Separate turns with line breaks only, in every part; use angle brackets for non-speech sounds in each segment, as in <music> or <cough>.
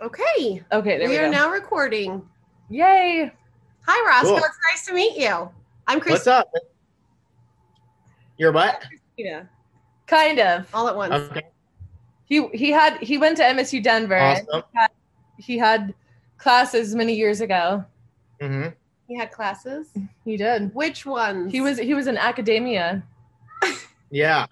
Okay,
Okay,
we
there we,
are
go.
now recording.
Yay!
Hi, Roscoe.
Cool.
It's nice to meet you. I'm
What's
Christina
up? You're what?
Kind of.
all at once.
Okay,
He he had he went to MSU Denver. and
awesome.
He had classes many years ago.
hmm
you had classes?
He did.
Which ones?
He was he was in academia.
Yeah.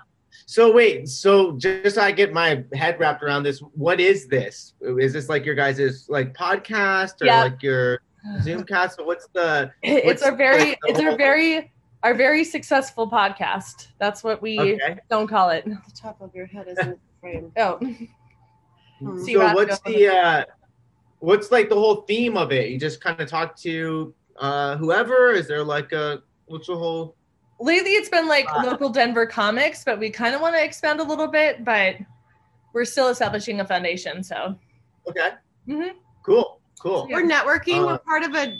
So wait, so just so I get my head wrapped around this, what is this? Is this like your guys' like podcast or
Yeah.
like your Zoomcast? What's the
it's
What's-
our very
what's the
it's our
whole-
very our very successful podcast. That's what we
okay?
don't call it.
the top of your head isn't the <laughs> frame.
Oh,
Hmm.
See,
So
Roscoe.
what's the uh what's like the whole theme of it? You just kind of talk to uh whoever? Is there like a what's the whole
lately it's been like
Uh.
local Denver comics, but we kind of want to expand a little bit, but we're still establishing a foundation. So
<laughs>
Okay.
Mhm.
Cool. Cool.
Yeah.
We're networking. We're
Uh,
part of a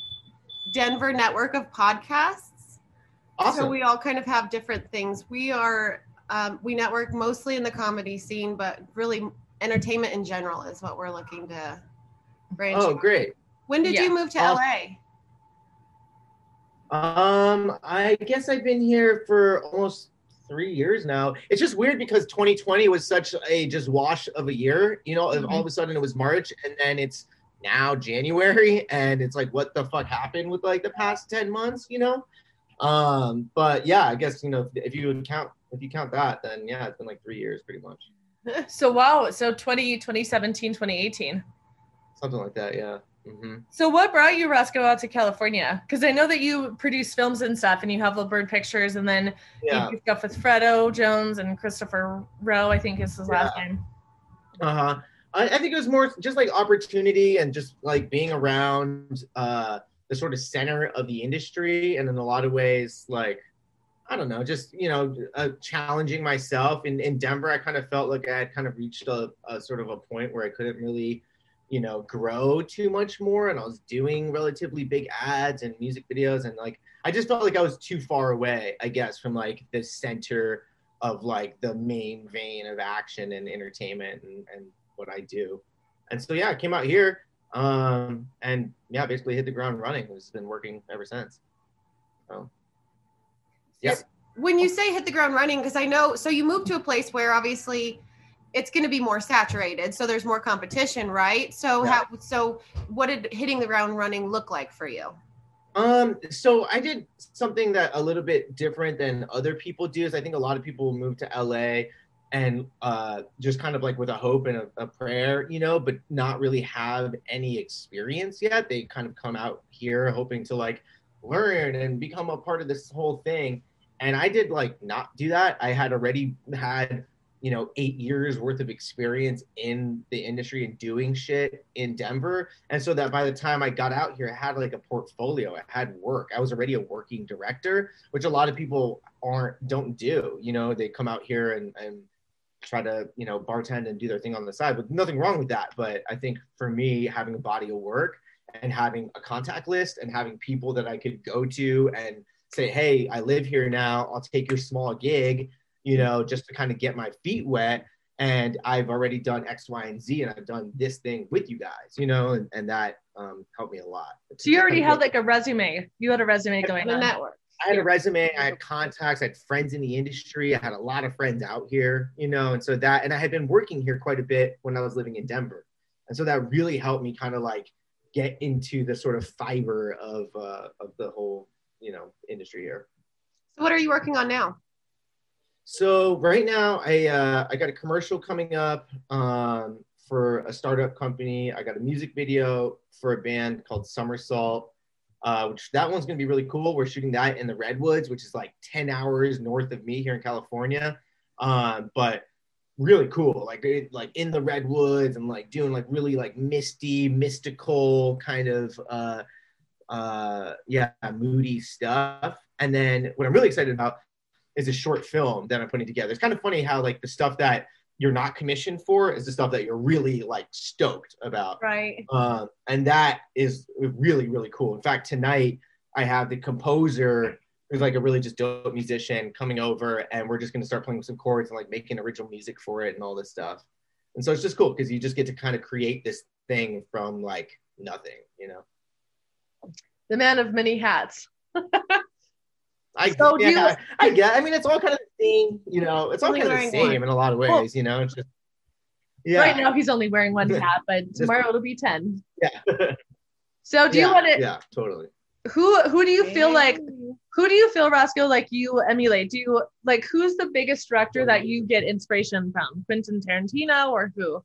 Denver network of podcasts.
Awesome.
So we all kind of have different things. We are um, we network mostly in the comedy scene, but really entertainment in general is what we're looking to branch.
oh,
out.
great.
When did
Yeah.
you move to
Awesome.
LA?
Um, I guess I've been here for almost three years now. It's just weird because 2020 was such a just wash of a year. You know, and all of a sudden it was March, and then it's now January, <laughs> and it's like, what the fuck happened with like the past 10 months? You know. Um, but yeah, I guess you know if you count if you count that, then yeah, it's been like three years pretty much,
so wow, so 20, 2017, 2018.
something like that. Yeah. hmm
So what brought you Roscoe out to California? Because I know that you produce films and stuff, and you have Little Bird Pictures, and then
Yeah.
you do stuff with Fredo Jones and Christopher Rowe. I think is his last name.
Uh-huh. I, I think it was more just like opportunity and just like being around uh the sort of center of the industry and in a lot of ways like I don't know, just you know, uh, challenging myself in, in Denver. I kind of felt like I had kind of reached a, a sort of a point where I couldn't really, you know, grow too much more, and I was doing relatively big ads and music videos, and like I just felt like I was too far away, I guess, from like the center of like the main vein of action and entertainment and, and what I do. And so yeah, I came out here um, and yeah, basically hit the ground running. It's been working ever since. So yeah.
when you say hit the ground running because i know so you move to a place where obviously it's going to be more saturated so there's more competition right so
Yeah.
how so what did hitting the ground running look like for you
Um, so I did something that a little bit different than other people do is I think a lot of people move to LA and uh, just kind of like with a hope and a, a prayer, you know, but not really have any experience yet. They kind of come out here hoping to like learn and become a part of this whole thing. And I did like not do that. I had already had, you know, eight years worth of experience in the industry and doing shit in Denver and so that by the time I got out here, I had like a portfolio. I had work. I was already a working director, which a lot of people aren't don't do. You know, they come out here and and try to you know bartend and do their thing on the side. But nothing wrong with that. But I think for me, having a body of work and having a contact list and having people that I could go to and say, hey, I live here now. I'll take your small gig. You know, just to kind of get my feet wet and I've already done X, Y, and Z, and I've done this thing with you guys, you know, and, and that um, helped me a lot.
So you already had like a resume. You had a resume going
the
on.
network
I had a resume, I had contacts, I had friends in the industry, I had a lot of friends out here, you know, and so that, and I had been working here quite a bit when I was living in Denver, and so that really helped me kind of like get into the sort of fiber of uh, of the whole, you know, industry here.
so what are you working on now
So right now, I uh, I got a commercial coming up um, for a startup company. I got a music video for a band called Somersault, uh, which that one's gonna be really cool. We're shooting that in the redwoods, which is like ten hours north of me here in California, um, but really cool. Like it, like in the redwoods and like doing like really like misty, mystical kind of. Uh, uh yeah moody stuff and then what i'm really excited about is a short film that I'm putting together. It's kind of funny how like the stuff that you're not commissioned for is the stuff that you're really like stoked about.
Right.
Um, and that is really, really cool. In fact, tonight I have the composer who's like a really just dope musician coming over and we're just gonna start playing some chords and like making original music for it and all this stuff. And so it's just cool because you just get to kind of create this thing from like nothing, you know.
The man of many hats.
I,
So do
yeah,
you-
I get. I mean, it's all kind of the same, you know. It's all
Only
kind of
wearing
the same
one.
in a lot of ways,
Well-
you know. It's just yeah,
Right now, he's only wearing
<laughs>
one hat, but tomorrow it'll be ten.
yeah.
<laughs> So, do you
Yeah,
want to?
Yeah, totally.
Who who do you feel like? Who do you feel, Roscoe, like you emulate? Do you like who's the biggest director that you get inspiration from? Quentin Tarantino or who?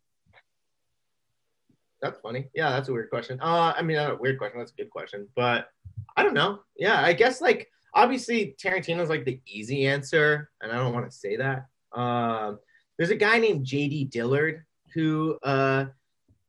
That's funny. Yeah, that's a weird question. Uh, I mean, not a weird question. That's a good question, but I don't know. Yeah, I guess like obviously Tarantino's like the easy answer, and I don't want to say that. Um, there's a guy named J.D. Dillard who uh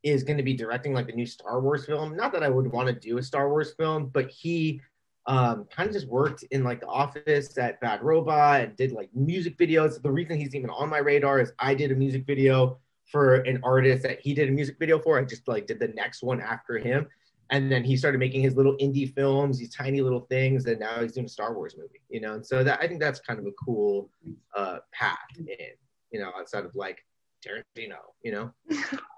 is going to be directing like the new Star Wars film. Not that I would want to do a Star Wars film, but he um, kind of just worked in like the office at Bad Robot and did like music videos. The reason he's even on my radar is I did a music video for an artist that he did a music video for. I just like did the next one after him. And then he started making his little indie films, these tiny little things, and now he's doing a Star Wars movie, you know. And so that I think that's kind of a cool uh, path in, you know, outside of like Tarantino, you know.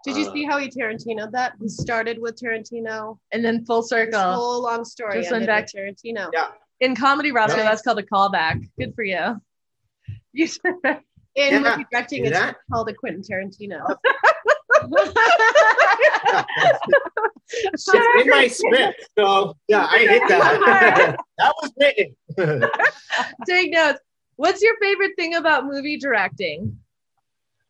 Did you
Uh,
see how he Tarantino that? We started with Tarantino.
And then full
This
circle
whole long story.
Just
ended
went back-
with Tarantino.
Yeah.
in comedy, Roscoe,
Yeah.
that's called a callback. Good for you. <laughs>
<laughs>
You should.
And
Yeah,
what he's directing
see
it's
that? Oh.
called a Quentin Tarantino.
Shut up.
It's in my script. So yeah, I hit that. <laughs> that was written. <laughs>
Take notes. What's your favorite thing about movie directing?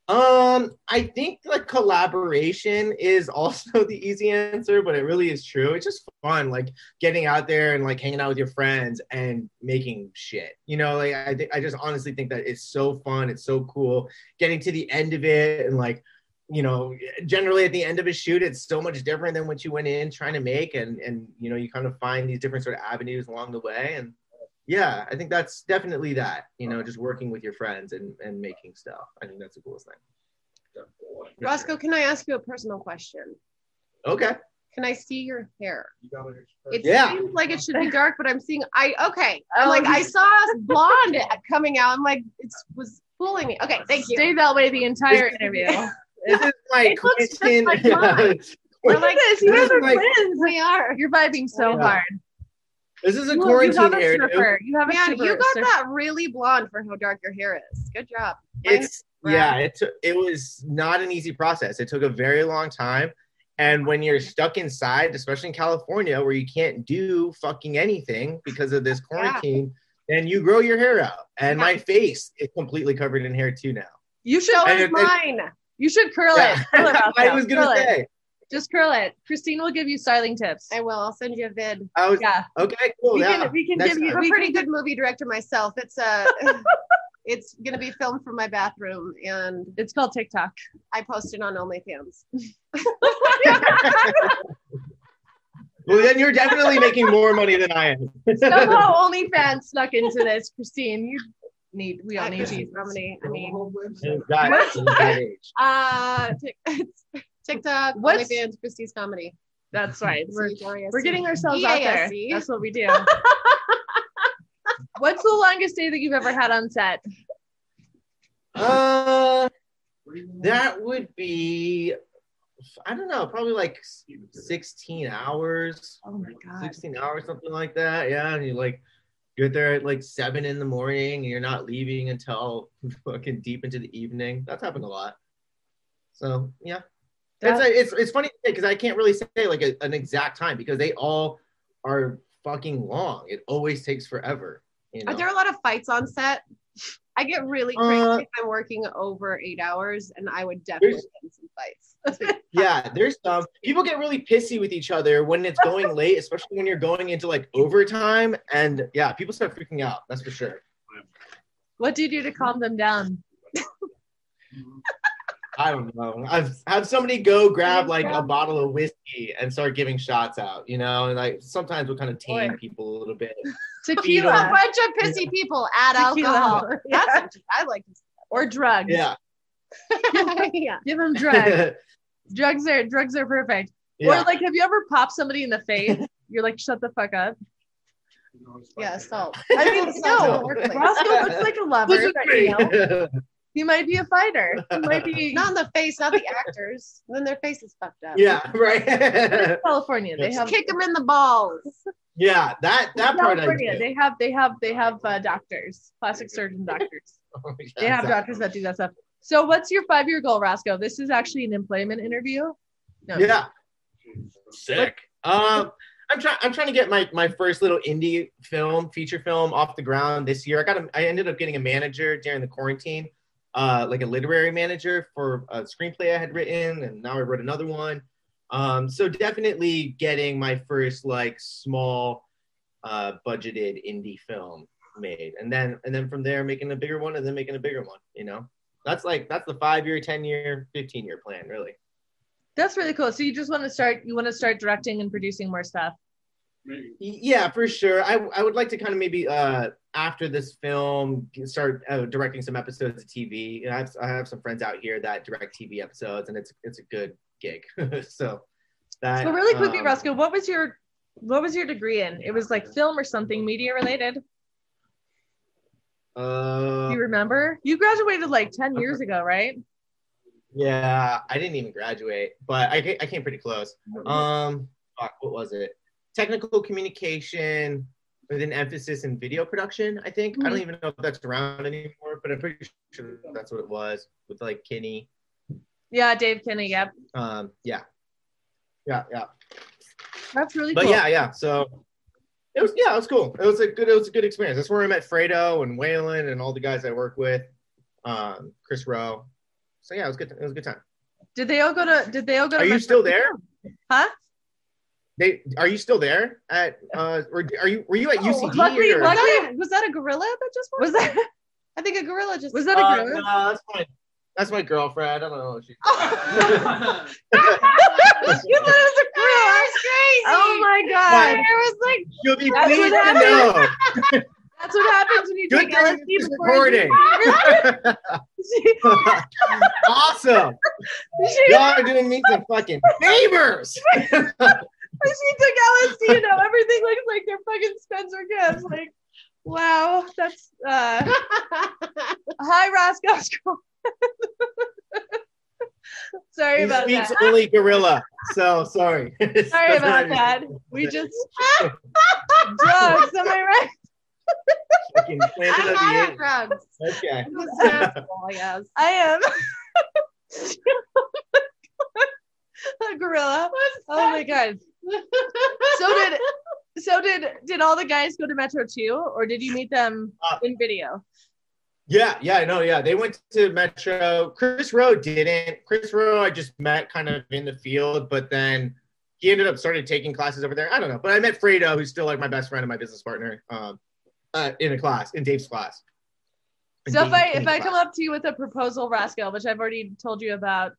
um, I think like collaboration is also <laughs> the easy answer, but it really is true. It's just fun, like getting out there and like hanging out with your friends and making shit. You know, like I think I just honestly think that it's so fun. It's so cool getting to the end of it and like. You know, generally at the end of a shoot, it's so much different than what you went in trying to make, and and you know you kind of find these different sort of avenues along the way, and yeah, I think that's definitely that. You know, just working with your friends and and making stuff. I think that's the coolest thing.
Roscoe, can I ask you a personal question?
Okay.
Can I see your hair? It
It's
Yeah.
seems like it should be dark, but I'm seeing I okay.
Oh,
I'm like I
you-
saw blonde <laughs> coming out. I'm like it was fooling me. Okay, thank you.
Stay that way the entire interview. <laughs>
This is my
It looks just
question.
like
<laughs>
mine.
We're like
this. You guys
this
are
is like-
twins.
we are.
You're vibing so
Yeah.
hard.
this is
You-
a
you
quarantine
have a
area.
surfer. You have a
Man,
super
you got
surfer.
that really blonde for how dark your hair is. Good job.
It's
Mine's
yeah.
brown.
It took, it was not an easy process. It took a very long time. And when you're stuck inside, especially in California, where you can't do fucking anything because of this quarantine, then you grow your hair out. And
Yeah.
my face is completely covered in hair too now.
You should.
So
<laughs> And
is
it- it-
mine.
You should curl
Yeah.
it.
<laughs>
Curl it Roscoe.
I was
Curl
gonna
it.
say.
Just curl it. Christine will give you styling tips.
I will. I'll send you a vid.
I was
Yeah,
okay. Cool.
we
yeah.
can. We can
Next
give you.
I'm a
time.
We
pretty
can,
good movie director myself. It's uh <laughs> it's gonna be filmed from my bathroom and
it's called TikTok.
I post it on OnlyFans.
Well, then you're definitely making more money than I am. <laughs>
Somehow OnlyFans snuck into this, Christine. You need. We all
I
need
just-
you.
how many- I mean,
<laughs>
That- that age.
uh, Tik- TikTok,
What's-
OnlyFans, Christie's comedy.
That's right. We're,
<laughs> We're,
we're getting ourselves out there.
EASE.
That's what we do. What's the longest day that you've ever had on set?
Uh, that would be, I don't know, probably like 16 hours,
Oh my god.
16 hours, something like that. Yeah. And you like, you're there at like seven in the morning and you're not leaving until <laughs> fucking deep into the evening. That's happened a lot. So, yeah. It's,
That-
it's, it's funny because I can't really say like a, an exact time because they all are fucking long. It always takes forever. You know?
Are there a lot of fights on set? I get really
Uh,
crazy if I'm working over eight hours, and I would definitely win some fights.
yeah, there's some people get really pissy with each other when it's going late, especially when you're going into like overtime. And yeah, people start freaking out. That's for sure.
What do you do to calm them down?
I don't know. I've have somebody go grab like a bottle of whiskey and start giving shots out, you know, and like sometimes we'll kind of tame
Boy.
people a
<laughs>
little bit.
a
Tequila.
Tequila.
bunch of pissy people
<laughs>
add alcohol.
Tequila.
That's
Yeah.
interesting. I like.
Or drugs.
Yeah.
<laughs>
yeah.
Give them
<laughs>
drugs. drugs are drugs are perfect. Or
yeah.
like, have you ever popped somebody in the face? You're like, shut the fuck up.
Yeah. Salt.
<laughs> I mean,
Salt in the
no.
workplace. <laughs>
Roscoe looks like a lover.
Listen to
right now.
me.
He might be a fighter. He might
<laughs>
be
Not in the face, not the actors. then their face is fucked up.
<laughs> yeah, right. <laughs>
California. They
Yes.
have
Just kick them in the
<laughs>
balls.
yeah, that that part <laughs> I
California.
did.
They have they have they have uh, doctors, plastic surgeon doctors.
Oh my God,
They have
that-
doctors that do that stuff. So what's your five year goal, Roscoe? This is actually an employment interview. No.
Yeah. Sick. Um, I'm trying. I'm trying to get my my first little indie film, feature film, off the ground this year. I got. A, I ended up getting a manager during the quarantine, uh, like a literary manager for a screenplay I had written, and now I wrote another one. Um, so definitely getting my first like small, uh, budgeted indie film made, and then and then from there making a bigger one, and then making a bigger one. You know, that's like that's the five year, ten year, fifteen year plan, really.
That's really cool. So you just want to start you want to start directing and producing more stuff.
Yeah, for sure. I, I would like to kind of maybe uh, after this film get- start uh, directing some episodes of TV. And I have I have some friends out here that direct TV episodes, and it's it's a good gig. <laughs> so that.
So really quickly,
um,
Roscoe, what was your what was your degree in? It was like film or something media related. Do
Uh,
you remember? You graduated like 10 years ago, right?
yeah, I didn't even graduate, but I ca- I came pretty close. Um, fuck, what was it? Technical communication with an emphasis in video production. I think
Mm-hmm.
I don't even know if that's around anymore, but I'm pretty sure that's what it was with like Kinney.
Yeah, Dave Kinney. Yep.
um yeah yeah yeah
That's really
but
cool.
yeah yeah so it was yeah it was cool it was a good it was a good experience that's where i met fredo and waylon and all the guys i work with um chris rowe so yeah it was good it was a good time
Did they all go to did they all go to
are you
Metro-
still there
Huh?
they are you still there at uh or are you were you at ucd
Oh, Luckily,
or-
Was
luckily
that a- was that a gorilla that just walked?
was that
I think a gorilla just
was
Uh,
that a girl?
no, that's my that's my girlfriend i don't know if she
<laughs> Oh, you thought it was a <laughs> girl.
That was crazy.
Oh my
There
god.
was like
you'll be
That's
pleased
what
to know
That's what happens when you
good
take
thing
LSD
it's
before you-
recording
<laughs>
<laughs> awesome
she,
Y'all are doing me some fucking favors.
she took LSD and now everything looks like they're fucking Spencer Gibbs. Like, wow, that's <laughs> uh hi Roscoe's girl. Sorry
He
about
speaks
that.
only gorilla. So <laughs> sorry.
<laughs> Sorry about that. We just <laughs> drugs, am I right?
Fucking Planet of
I'm
the
high on
Apes.
drugs.
Okay.
It was natural, I guess.
I am. <laughs> a gorilla. Oh my god. So did so did did all the guys go to Metro too, or did you meet them
Uh,
in video?
Yeah, yeah, no, yeah. They went to Metro. Chris Rowe didn't. Chris Rowe, I just met kind of in the field, but then he ended up started taking classes over there. I don't know, but I met Fredo, who's still like my best friend and my business partner, um, uh, in a class, in Dave's class. In
So if
Dave
I
Kinney's
if I come
class.
up to you with a proposal, Rascal, which I've already told you about,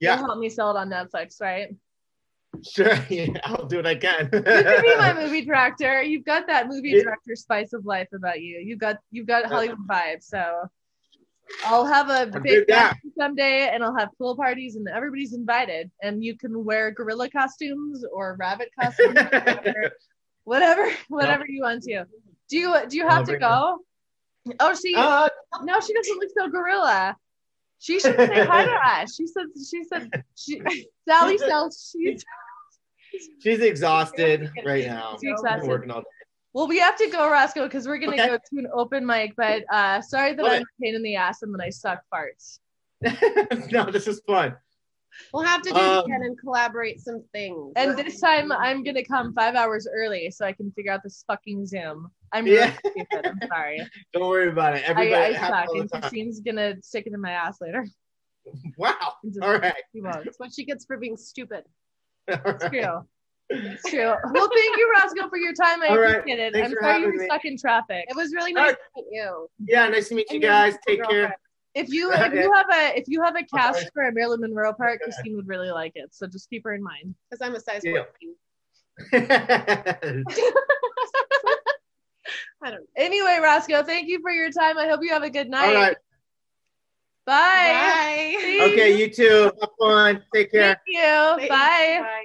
yeah,
you'll help me sell it on Netflix, right?
<laughs> sure, yeah, I'll do what I can.
You could
<laughs>
be my movie director. You've got that movie
Yeah.
director spice of life about you. You've got you've got
Yeah.
Hollywood vibes. So I'll have a
I'll do
big
that.
party someday, and I'll have pool parties, and everybody's invited. And you can wear gorilla costumes or rabbit costumes, whatever, whatever you want to. Do you do you have
I'll
to
bring
go? Oh, she
Uh,
no, she doesn't look so gorilla. She should say hi to us. She said she said she Sally sells she's <laughs>
She's exhausted right now.
She's exhausted.
I've been working all day.
Well, we have to go, Roscoe, because we're gonna
Okay.
go to an open mic. But uh, sorry that
Love
I'm a pain in the ass and that I suck farts.
<laughs> no, this is fun.
We'll have to do
Um,
it again and collaborate some things.
And this time I'm gonna come five hours early so I can figure out this fucking Zoom. I'm really
Yeah.
stupid. I'm
<laughs>
sorry.
Don't worry about it.
I,
Everybody
I
it happens
suck,
all
and
the time.
Christine's gonna stick it in my ass later. <laughs>
Wow. All right.
She won't.
That's what she gets for being stupid.
All
<laughs> It's
right.
true. It's true. Well, thank you, Roscoe, for your time. I
All right.
appreciate it.
Thanks
I'm
for
sorry you
having
were
me.
stuck in traffic.
It was really nice
Alright.
to meet you.
Yeah, nice to meet you
And your
guys. Take care.
If you
Yeah.
if you have a if you have a cast
sorry.
for a Marilyn Monroe part,
Okay.
Christine would really like it. So just keep her in mind.
Because I'm a size
Yeah.
14.
<laughs>
I don't know.
Anyway, Roscoe, thank you for your time. I hope you have a good night.
all right.
Bye.
Bye. See
Okay, you too. Have fun. Take care.
Thank you. Bye.
Bye.